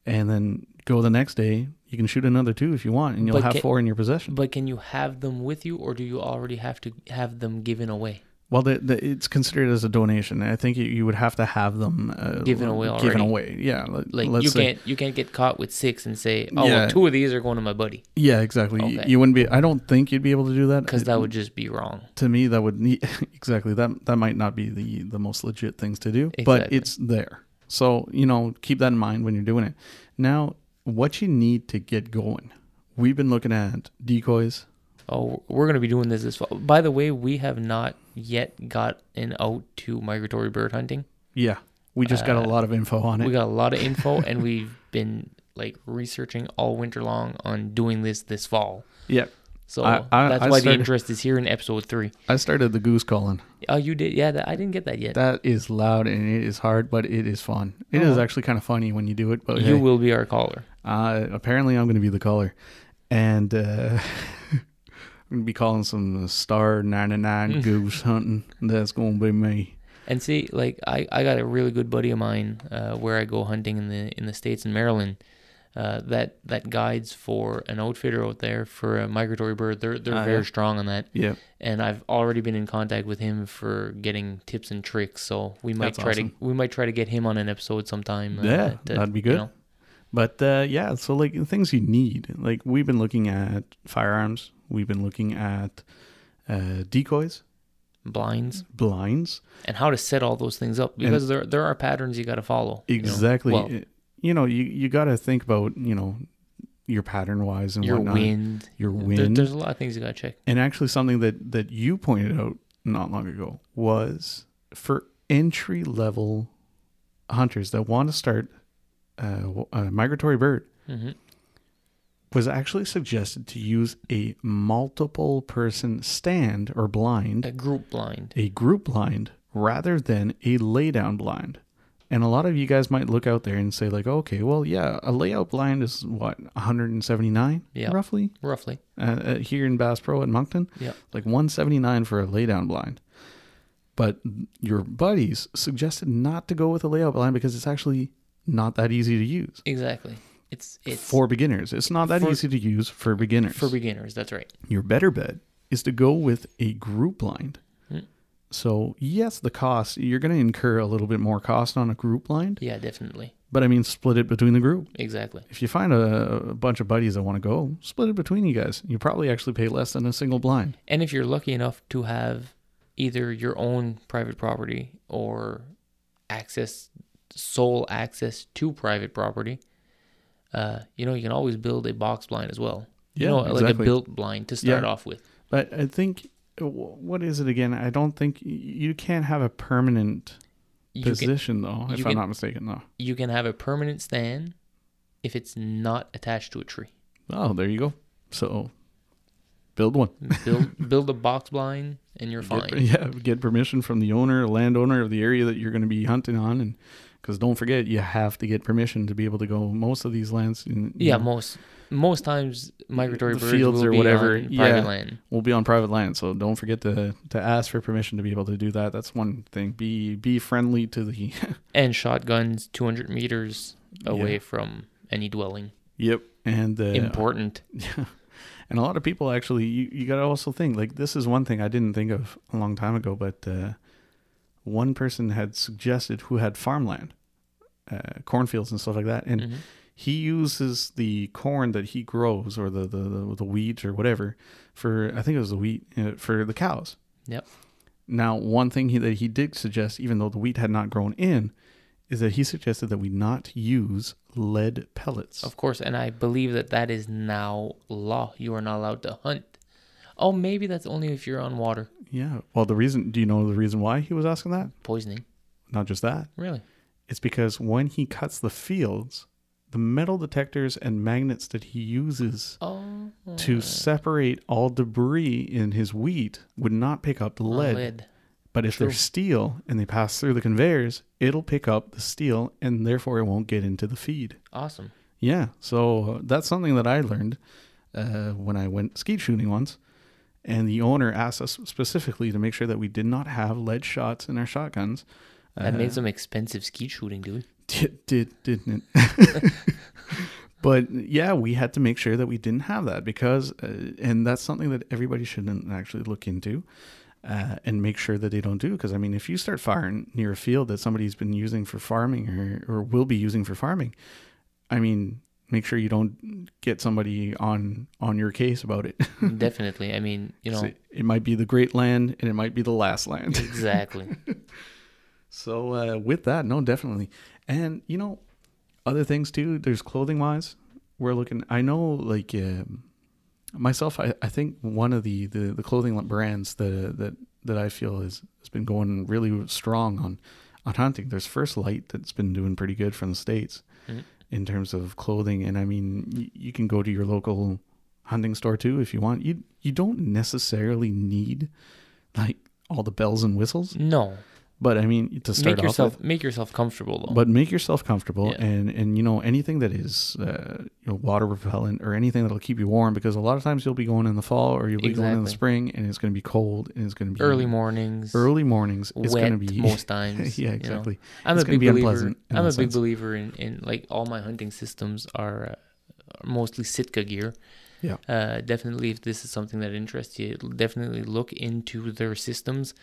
Speaker 1: And then go the next day. You can shoot another two if you want, and you'll
Speaker 2: But
Speaker 1: have
Speaker 2: ca-
Speaker 1: four in your possession.
Speaker 2: But can you have them with you, or do you already have to have them given away?
Speaker 1: Well, the, the, it's considered as a donation. I think you, you would have to have them uh,
Speaker 2: Given away
Speaker 1: Given
Speaker 2: already.
Speaker 1: away, yeah. Let,
Speaker 2: Like
Speaker 1: let's
Speaker 2: you
Speaker 1: say-
Speaker 2: can't you can't get caught with six and say, oh,
Speaker 1: Yeah.
Speaker 2: well, two of these are going to my buddy,
Speaker 1: yeah, exactly. You-
Speaker 2: Okay.
Speaker 1: You, wouldn't be. I don't think you'd be able to do that
Speaker 2: because
Speaker 1: It-
Speaker 2: that would just be wrong.
Speaker 1: to me that would need exactly that that might not be the the most legit things to do but
Speaker 2: Exactly.
Speaker 1: it's there so you know keep that in mind when you're doing it now what you need to get going we've been looking at decoys
Speaker 2: Oh, we're going to be doing this this fall. By the way, we have not yet gotten out to migratory bird hunting.
Speaker 1: yeah we just got a lot of info on
Speaker 2: Uh, We
Speaker 1: it
Speaker 2: got a lot of info, and we've been like researching all winter long on doing this this fall.
Speaker 1: yeah
Speaker 2: So
Speaker 1: I- I-
Speaker 2: that's
Speaker 1: I
Speaker 2: why the
Speaker 1: started-
Speaker 2: interest is here in episode three.
Speaker 1: i started the goose calling
Speaker 2: Oh, you did? Yeah, that, I didn't get that yet.
Speaker 1: that is loud and it is hard but it is fun It is
Speaker 2: Uh-huh.
Speaker 1: actually kind of funny when you do it but
Speaker 2: you
Speaker 1: Oh, hey.
Speaker 2: will be our caller.
Speaker 1: Uh, apparently, I'm going to be the caller, and uh, I'm
Speaker 2: Mm.
Speaker 1: going to be calling some star 99 goose hunting. That's going to be me.
Speaker 2: And see, like I, I got a really good buddy of mine uh, where I go hunting in the in the states in Maryland. Uh, that that guides for an outfitter out there for a migratory bird. They're they're
Speaker 1: Ah,
Speaker 2: very
Speaker 1: yeah.
Speaker 2: strong on that.
Speaker 1: Yep.
Speaker 2: And I've already been in contact with him for getting tips and tricks. So we might
Speaker 1: That's
Speaker 2: try
Speaker 1: awesome.
Speaker 2: to we might try to get him on an episode sometime. uh,
Speaker 1: Yeah,
Speaker 2: to,
Speaker 1: that'd be
Speaker 2: you
Speaker 1: good.
Speaker 2: know.
Speaker 1: But uh, yeah, so like the things you need, like we've been looking at firearms, we've been looking at uh, decoys,
Speaker 2: blinds
Speaker 1: blinds,
Speaker 2: and how to set all those things up because there there are patterns you got to follow. you know.
Speaker 1: exactly.
Speaker 2: Well,
Speaker 1: It- You know, you you got to think about you know your pattern wise and
Speaker 2: your
Speaker 1: whatnot,
Speaker 2: wind.
Speaker 1: your
Speaker 2: There-
Speaker 1: wind,
Speaker 2: there's a lot of things you got to check.
Speaker 1: and actually something that that you pointed out not long ago was for entry level hunters that want to start uh, w- a migratory bird
Speaker 2: hmm
Speaker 1: was actually suggested to use a multiple person stand or blind,
Speaker 2: A group blind.
Speaker 1: a group blind, rather than a laydown blind. And a lot of you guys might look out there and say, like, okay, well, yeah, a layout blind is what, 179
Speaker 2: Yeah.
Speaker 1: roughly
Speaker 2: Roughly.
Speaker 1: uh, uh, here in Bass Pro at Moncton?
Speaker 2: Yeah.
Speaker 1: Like 179 for a laydown blind. But your buddies suggested not to go with a layout blind because it's actually not that easy to use
Speaker 2: Exactly. It's it's
Speaker 1: for beginners. It's not that
Speaker 2: For-
Speaker 1: easy to use for beginners.
Speaker 2: for beginners. That's right.
Speaker 1: your better bet is to go with a group blind.
Speaker 2: Mm.
Speaker 1: So, yes, the cost, you're going to incur a little bit more cost on a group blind,
Speaker 2: Yeah, definitely.
Speaker 1: but I mean, split it between the group.
Speaker 2: Exactly.
Speaker 1: If you find a, a bunch of buddies that want to go, split it between you guys. You probably actually pay less than a single blind.
Speaker 2: And if you're lucky enough to have either your own private property or access sole access to private property, uh, you know, you can always build a box blind as well. you
Speaker 1: Yeah,
Speaker 2: know, like a
Speaker 1: exactly.
Speaker 2: built blind to start
Speaker 1: Yeah.
Speaker 2: off with.
Speaker 1: But I think, uh, wh- what is it again? I don't think you can't have a permanent
Speaker 2: You can
Speaker 1: position, though,
Speaker 2: you
Speaker 1: if I'm
Speaker 2: can-
Speaker 1: not mistaken, though.
Speaker 2: you can have a permanent stand if it's not attached to a tree.
Speaker 1: Oh, there you go. So, build one.
Speaker 2: Build build a box blind and you're
Speaker 1: Get-
Speaker 2: fine.
Speaker 1: yeah, get permission from the owner, landowner of the area that you're going to be hunting on, and because don't forget, you have to get permission to be able to go most of these lands. In, you
Speaker 2: Yeah,
Speaker 1: know,
Speaker 2: most most times migratory
Speaker 1: The
Speaker 2: birds
Speaker 1: fields
Speaker 2: will
Speaker 1: or
Speaker 2: be
Speaker 1: whatever,
Speaker 2: on
Speaker 1: yeah.
Speaker 2: private land.
Speaker 1: we'll be on private land, so don't forget to to ask for permission to be able to do that. That's one thing. Be be friendly to the.
Speaker 2: and shotguns 200 meters
Speaker 1: Yeah.
Speaker 2: away from any dwelling.
Speaker 1: yep. And uh,
Speaker 2: Important.
Speaker 1: Yeah. And a lot of people actually, you, you got to also think like this is one thing I didn't think of a long time ago, but uh, one person had suggested who had farmland, uh, cornfields and stuff like that. And
Speaker 2: Mhm.
Speaker 1: he uses the corn that he grows or the, the, the, the wheat or whatever for, I think it was the wheat, uh, for the cows.
Speaker 2: Yep.
Speaker 1: Now, one thing he, that he did suggest, even though the wheat had not grown in, is that he suggested that we not use lead pellets.
Speaker 2: Of course, and I believe that that is now law. You are not allowed to hunt. Oh, maybe that's only if you're on water.
Speaker 1: Yeah. Well, the reason, do you know the reason why he was asking that?
Speaker 2: Poisoning.
Speaker 1: Not just that.
Speaker 2: Really?
Speaker 1: It's because when he cuts the fields, the metal detectors and magnets that he uses
Speaker 2: Oh.
Speaker 1: to separate all debris in his wheat would not pick up the
Speaker 2: oh,
Speaker 1: lead. But if they're
Speaker 2: True.
Speaker 1: steel and they pass through the conveyors, it'll pick up the steel and therefore it won't get into the feed.
Speaker 2: Awesome.
Speaker 1: Yeah, so that's something that I learned uh, when I went skeet shooting once, and the owner asked us specifically to make sure that we did not have lead shots in our shotguns. Uh-huh.
Speaker 2: That made some expensive skeet shooting, dude.
Speaker 1: Did, did didn't it? but yeah, we had to make sure that we didn't have that because, uh, and that's something that everybody shouldn't actually look into. Uh, and make sure that they don't do because I mean, if you start firing near a field that somebody's been using for farming or, or will be using for farming, I mean, make sure you don't get somebody on on your case about it.
Speaker 2: Definitely. I mean, you know,
Speaker 1: it, it might be the great land and it might be the last land.
Speaker 2: exactly.
Speaker 1: So uh, with that, no, definitely, and you know, other things too. There's clothing wise, we're looking. I know, like um myself, I, I think one of the, the the clothing brands that that that I feel is has been going really strong on on hunting. There's First Light that's been doing pretty good from the states
Speaker 2: Mhm.
Speaker 1: in terms of clothing, and I mean, y- you can go to your local hunting store too if you want. You you don't necessarily need like all the bells and whistles
Speaker 2: No.
Speaker 1: But I mean, to start
Speaker 2: make
Speaker 1: off
Speaker 2: yourself
Speaker 1: with,
Speaker 2: make yourself comfortable though.
Speaker 1: but make yourself comfortable
Speaker 2: Yeah.
Speaker 1: and and you know anything that is uh, you know, water repellent or anything that'll keep you warm because a lot of times you'll be going in the fall or you'll be going in the
Speaker 2: Exactly.
Speaker 1: spring and it's going to be cold and it's going to be
Speaker 2: early mornings,
Speaker 1: early mornings. It's
Speaker 2: wet
Speaker 1: going to be
Speaker 2: most times.
Speaker 1: yeah
Speaker 2: you know.
Speaker 1: exactly.
Speaker 2: I'm
Speaker 1: It's
Speaker 2: a
Speaker 1: gonna
Speaker 2: big
Speaker 1: be
Speaker 2: believer.
Speaker 1: unpleasant in
Speaker 2: I'm
Speaker 1: that
Speaker 2: a big
Speaker 1: sense.
Speaker 2: believer in, in like all my hunting systems are, uh, are mostly Sitka gear.
Speaker 1: Yeah.
Speaker 2: Uh, definitely, if this is something that interests you, definitely look into their systems,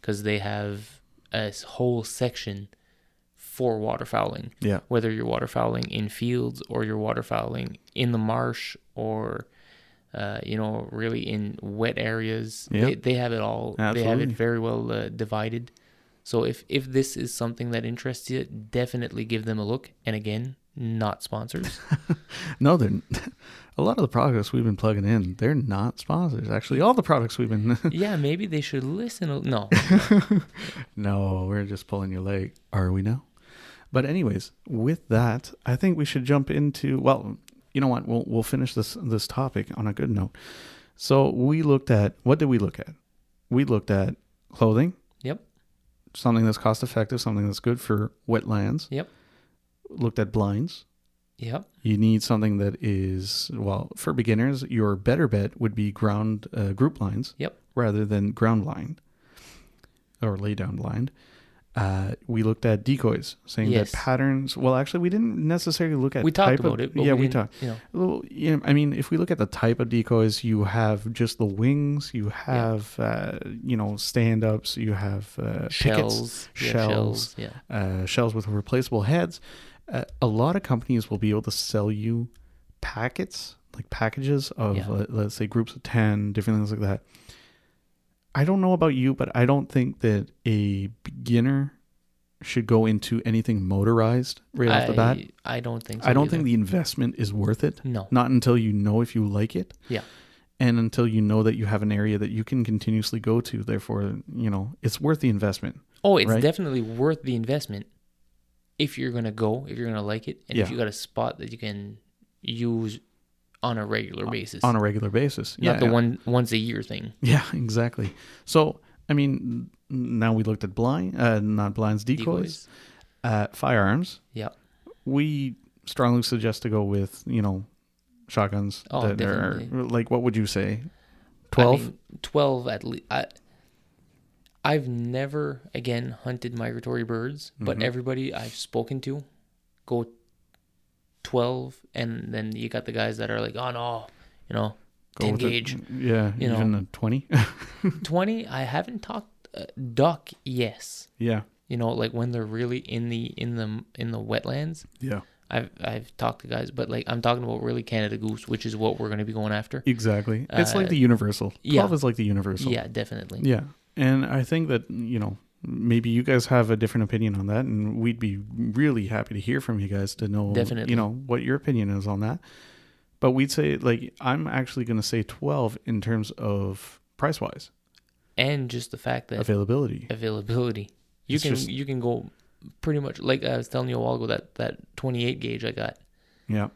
Speaker 2: because they have a s- whole section for waterfowling.
Speaker 1: Yeah.
Speaker 2: Whether you're waterfowling in fields or you're waterfowling in the marsh or, uh, you know, really in wet areas,
Speaker 1: Yeah.
Speaker 2: they, they have it all. They have it
Speaker 1: Absolutely.
Speaker 2: very well uh, divided. So if if this is something that interests you, definitely give them a look. And again, not sponsors.
Speaker 1: No, they're a lot of the products we've been plugging in. They're not sponsors. Actually, all the products we've been.
Speaker 2: yeah, maybe they should listen. A, no,
Speaker 1: no, we're just pulling your leg. Are we now? But anyways, with that, I think we should jump into. Well, you know what? We'll we'll finish this this topic on a good note. So we looked at what did we look at? We looked at clothing.
Speaker 2: Yep.
Speaker 1: Something that's cost effective. Something that's good for wetlands.
Speaker 2: Yep.
Speaker 1: Looked at blinds.
Speaker 2: yeah,
Speaker 1: You need something that is well for beginners. Your better bet would be ground uh, group lines.
Speaker 2: Yep.
Speaker 1: Rather than ground blind or lay down blind. Uh, we looked at decoys, saying
Speaker 2: Yes.
Speaker 1: that patterns. Well, actually, we didn't necessarily look at.
Speaker 2: we talked
Speaker 1: type of-
Speaker 2: about it. But
Speaker 1: yeah,
Speaker 2: we,
Speaker 1: we,
Speaker 2: didn't-
Speaker 1: talked.
Speaker 2: You know,
Speaker 1: Well, yeah, I mean, if we look at the type of decoys, you have just the wings. You have uh, you know stand ups. You have uh, pickets
Speaker 2: shells, yeah,
Speaker 1: shells.
Speaker 2: Yeah,
Speaker 1: uh, shells with replaceable heads. Uh, a lot of companies will be able to sell you packets, like packages of,
Speaker 2: Yeah.
Speaker 1: uh, let's say, groups of 10, different things like that. I don't know about you, but I don't think that a beginner should go into anything motorized right off the bat.
Speaker 2: I don't think. So
Speaker 1: I don't
Speaker 2: either.
Speaker 1: think the investment is worth it.
Speaker 2: no.
Speaker 1: Not until you know if you like it.
Speaker 2: Yeah.
Speaker 1: And until you know that you have an area that you can continuously go to. Therefore, you know, it's worth the investment.
Speaker 2: Oh, it's
Speaker 1: right?
Speaker 2: definitely worth the investment if you're gonna go, if you're gonna like it, and if
Speaker 1: Yeah.
Speaker 2: you got a spot that you can use on a regular basis,
Speaker 1: On a regular basis.
Speaker 2: not the
Speaker 1: yeah.
Speaker 2: one once a year thing.
Speaker 1: Yeah, exactly. So, I mean, n- now we looked at blind, uh, not blinds, decoys,
Speaker 2: Decoys.
Speaker 1: Uh, firearms.
Speaker 2: Yeah.
Speaker 1: We strongly suggest to go with, you know, shotguns.
Speaker 2: Oh,
Speaker 1: that are-
Speaker 2: definitely.
Speaker 1: like, what would you say?
Speaker 2: I
Speaker 1: 12?
Speaker 2: mean, 12 at least. I, I've never, again, hunted migratory birds, but
Speaker 1: Mhm.
Speaker 2: everybody I've spoken to go 12, and then you got the guys that are like, oh no, you know,
Speaker 1: Go
Speaker 2: 10
Speaker 1: with a-
Speaker 2: gauge.
Speaker 1: yeah,
Speaker 2: you
Speaker 1: even a 20.
Speaker 2: 20, I haven't talked uh, duck, yes.
Speaker 1: yeah,
Speaker 2: You know, like when they're really in the in the in the wetlands,
Speaker 1: yeah,
Speaker 2: I've I've talked to guys, but like I'm talking about really Canada goose, which is what we're gonna be going after.
Speaker 1: exactly. it's like
Speaker 2: Uh,
Speaker 1: the universal. 12
Speaker 2: yeah.
Speaker 1: is like the universal.
Speaker 2: Yeah, definitely.
Speaker 1: Yeah. And I think that, you know, maybe you guys have a different opinion on that and we'd be really happy to hear from you guys to know
Speaker 2: Definitely.
Speaker 1: you know what your opinion is on that. But we'd say like I'm actually going to say 12 in terms of price-wise,
Speaker 2: And just the fact that
Speaker 1: availability.
Speaker 2: availability. You
Speaker 1: It's
Speaker 2: can
Speaker 1: just-
Speaker 2: you can go pretty much like I was telling you a while ago that that 28 gauge I got.
Speaker 1: Yeah.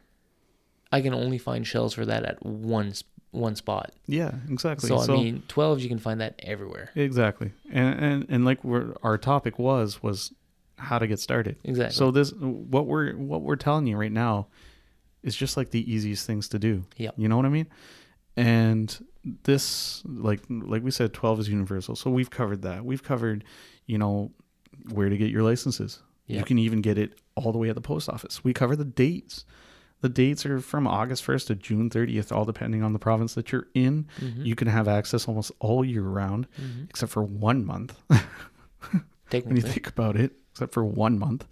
Speaker 2: I can only find shells for that at one s- one spot.
Speaker 1: Yeah, exactly.
Speaker 2: So, I mean, 12 you can find that everywhere.
Speaker 1: exactly. And and and like we're, our topic was was how to get started.
Speaker 2: Exactly.
Speaker 1: So this what we're what we're telling you right now is just like the easiest things to do.
Speaker 2: Yep.
Speaker 1: You know what I mean? And this like like we said 12 is universal. So we've covered that. We've covered, you know, where to get your licenses. You
Speaker 2: Yep.
Speaker 1: can even get it all the way at the post office. We cover the dates. The dates are from August 1st to June 30th, all depending on the province that you're in.
Speaker 2: Mm-hmm.
Speaker 1: You can have access almost all year round, except for one month when you
Speaker 2: Technically,
Speaker 1: think about it, except for one month,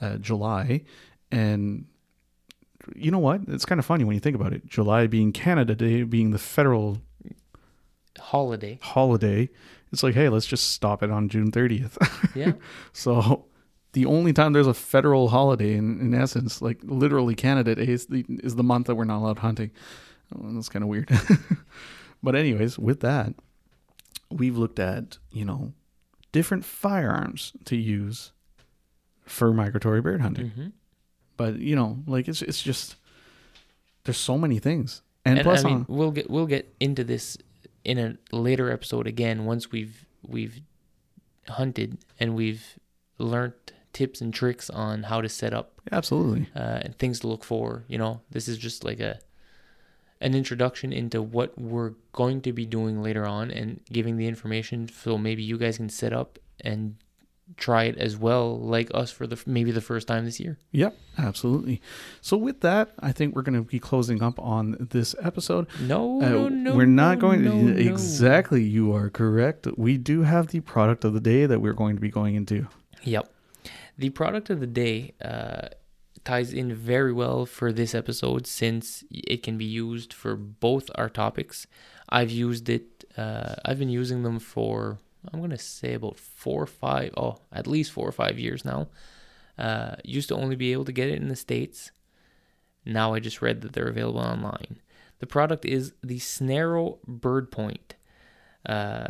Speaker 1: uh, July. And you know what? It's kind of funny when you think about it. July being Canada Day, being the federal
Speaker 2: holiday.
Speaker 1: holiday, it's like, hey, let's just stop it on June 30th.
Speaker 2: Yeah.
Speaker 1: so the only time there's a federal holiday, in, in essence, like literally Canada Day, is the, is the month that we're not allowed hunting. Well, that's kind of weird. but, anyways, with that, we've looked at, you know, different firearms to use for migratory bird hunting.
Speaker 2: hmm
Speaker 1: But, you know, like it's it's just there's so many things. And,
Speaker 2: And,
Speaker 1: plus
Speaker 2: I mean,
Speaker 1: on,
Speaker 2: we'll get we'll get into this in a later episode again once we've we've hunted and we've learned tips and tricks on how to set up
Speaker 1: Absolutely.
Speaker 2: uh, and things to look for. You know, this is just like a an introduction into what we're going to be doing later on and giving the information so maybe you guys can set up and try it as well like us for the maybe the first time this year.
Speaker 1: Yep, absolutely. So with that, I think we're going to be closing up on this episode.
Speaker 2: No,
Speaker 1: Uh,
Speaker 2: Oh, no, no.
Speaker 1: we're not
Speaker 2: no,
Speaker 1: going
Speaker 2: no, no.
Speaker 1: exactly. You are correct. We do have the product of the day that we're going to be going into.
Speaker 2: Yep. The product of the day uh, ties in very well for this episode since it can be used for both our topics. I've used it, uh, I've been using them for, I'm going to say about four or five, oh, at least four or five years now. Uh, used to only be able to get it in the States. Now I just read that they're available online. The product is the Snarrow Bird Point. Uh,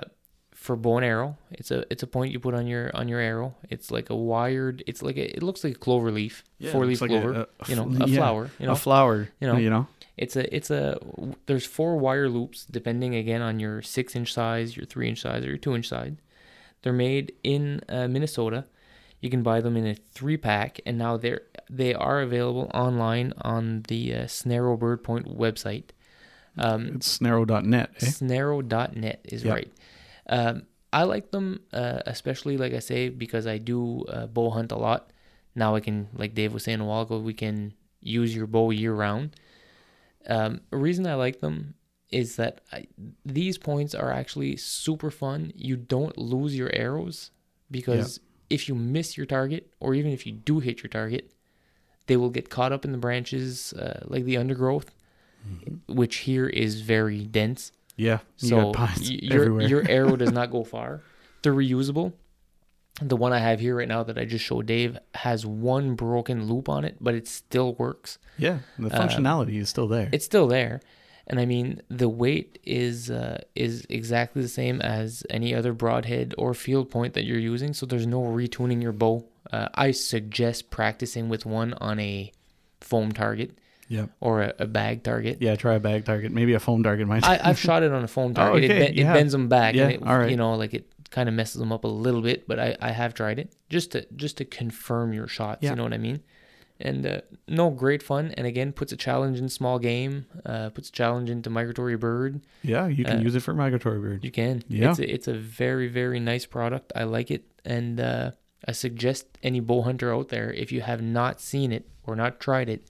Speaker 2: for bow and arrow. It's a it's a point you put on your on your arrow. It's like a wired. It's like a, it looks like a clover leaf, four leaf clover. you know, a flower. You know,
Speaker 1: a flower.
Speaker 2: you know.
Speaker 1: you know.
Speaker 2: it's a it's a there's four wire loops depending again on your six inch size, your three inch size, or your two inch size. They're made in uh, Minnesota. You can buy them in a three pack, and now they're they are available online on the uh, Snarrow Bird Point website. Um,
Speaker 1: It's snarrow.net. Eh?
Speaker 2: snarrow.net is
Speaker 1: Yep.
Speaker 2: right. Um, I like them, uh, especially like I say, because I do uh, bow hunt a lot. Now I can, like Dave was saying a while ago, we can use your bow year round. Um, the reason I like them is that I, these points are actually super fun. You don't lose your arrows because if you miss your target, or even if you do hit your target, they will get caught up in the branches, uh, like the undergrowth,
Speaker 1: Mm-hmm.
Speaker 2: which here is very dense.
Speaker 1: Yeah. You
Speaker 2: So
Speaker 1: got pines
Speaker 2: y- your
Speaker 1: everywhere.
Speaker 2: your arrow does not go far. They're reusable. The one I have here right now that I just showed Dave has one broken loop on it, but it still works.
Speaker 1: yeah. The
Speaker 2: uh,
Speaker 1: functionality is still there.
Speaker 2: It's still there, and I mean the weight is uh, is exactly the same as any other broadhead or field point that you're using. So there's no retuning your bow. Uh, I suggest practicing with one on a foam target
Speaker 1: Yeah.
Speaker 2: or a, a bag target.
Speaker 1: Yeah. Try a bag target. Maybe a foam target might.
Speaker 2: I, I've shot it on a foam
Speaker 1: Oh,
Speaker 2: target.
Speaker 1: okay,
Speaker 2: It, ben-
Speaker 1: yeah.
Speaker 2: it bends them back,
Speaker 1: Yeah,
Speaker 2: and it,
Speaker 1: all right.
Speaker 2: you know, like it kind of messes them up a little bit. But I, I have tried it just to just to confirm your shots.
Speaker 1: Yeah.
Speaker 2: You know what I mean? And uh, no, great fun. And again, puts a challenge in small game. Uh, puts a challenge into migratory bird.
Speaker 1: yeah. You can
Speaker 2: uh,
Speaker 1: use it for migratory bird.
Speaker 2: You can.
Speaker 1: Yeah.
Speaker 2: It's a, it's a very very nice product. I like it, and uh, I suggest any bow hunter out there if you have not seen it or not tried it,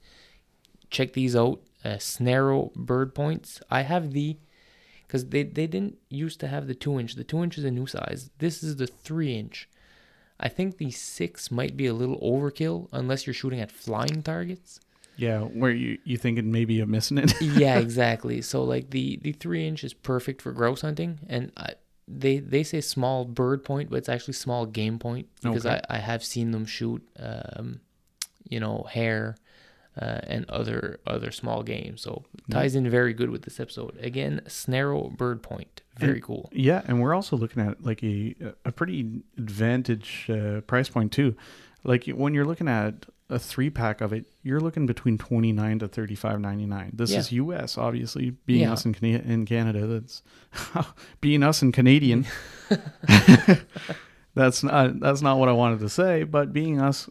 Speaker 2: check these out. Uh, Snarrow bird points. I have the because they, they didn't used to have the two inch. The two inch is a new size. This is the three inch. I think the six might be a little overkill unless you're shooting at flying targets.
Speaker 1: Yeah. Where you you thinking maybe you're missing it?
Speaker 2: yeah, exactly. So like the the three inch is perfect for grouse hunting, and I, they they say small bird point, but it's actually small game point because
Speaker 1: Okay.
Speaker 2: I I have seen them shoot, um, you know, hare. Uh, and other other small game, so
Speaker 1: Mm.
Speaker 2: ties in very good with this episode. Again, Snarrow Bird Point, very cool.
Speaker 1: Yeah, and we're also looking at like a a pretty advantage uh, price point too. Like when you're looking at a three pack of it, you're looking between twenty nine to thirty five ninety nine. This
Speaker 2: Yeah.
Speaker 1: is U.S. obviously, being
Speaker 2: Yeah.
Speaker 1: us in, Cana- in Canada, that's being us in Canadian. that's not that's not what I wanted to say, but being us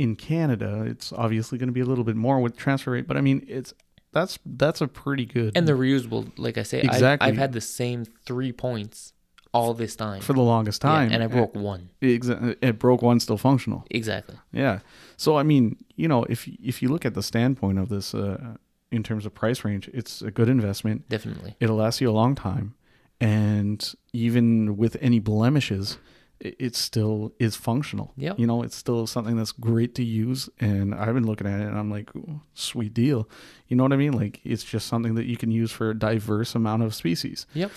Speaker 1: in Canada, it's obviously going to be a little bit more with transfer rate. But I mean, it's that's that's a pretty good
Speaker 2: And they're reusable, like I say.
Speaker 1: Exactly.
Speaker 2: I've, I've had the same three points all this time.
Speaker 1: for the longest
Speaker 2: Yeah,
Speaker 1: time,
Speaker 2: and I broke one.
Speaker 1: Exa- it broke one still functional.
Speaker 2: Exactly.
Speaker 1: Yeah. So I mean, you know, if if you look at the standpoint of this uh, in terms of price range, it's a good investment.
Speaker 2: Definitely.
Speaker 1: It'll last you a long time, and even with any blemishes, it, it still is functional.
Speaker 2: Yeah.
Speaker 1: You know, it's still something that's great to use, and I've been looking at it, and I'm like, "Ooh, sweet deal. You know what I mean? Like, it's just something that you can use for a diverse amount of species.
Speaker 2: Yep.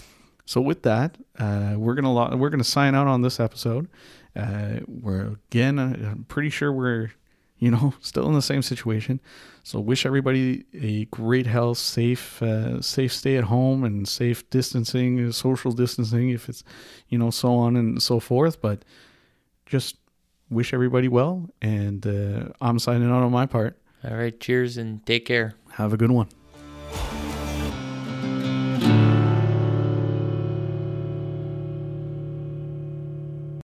Speaker 1: So with that, uh, we're gonna lo- we're gonna sign out on this episode. Uh, we're again, uh, I'm pretty sure we're, you know, still in the same situation. So wish everybody a great health, safe, uh, safe stay at home, and safe distancing, uh, social distancing, if it's, you know, so on and so forth. But just wish everybody well, and uh, I'm signing out on my part.
Speaker 2: All right. Cheers and take care.
Speaker 1: Have a good one.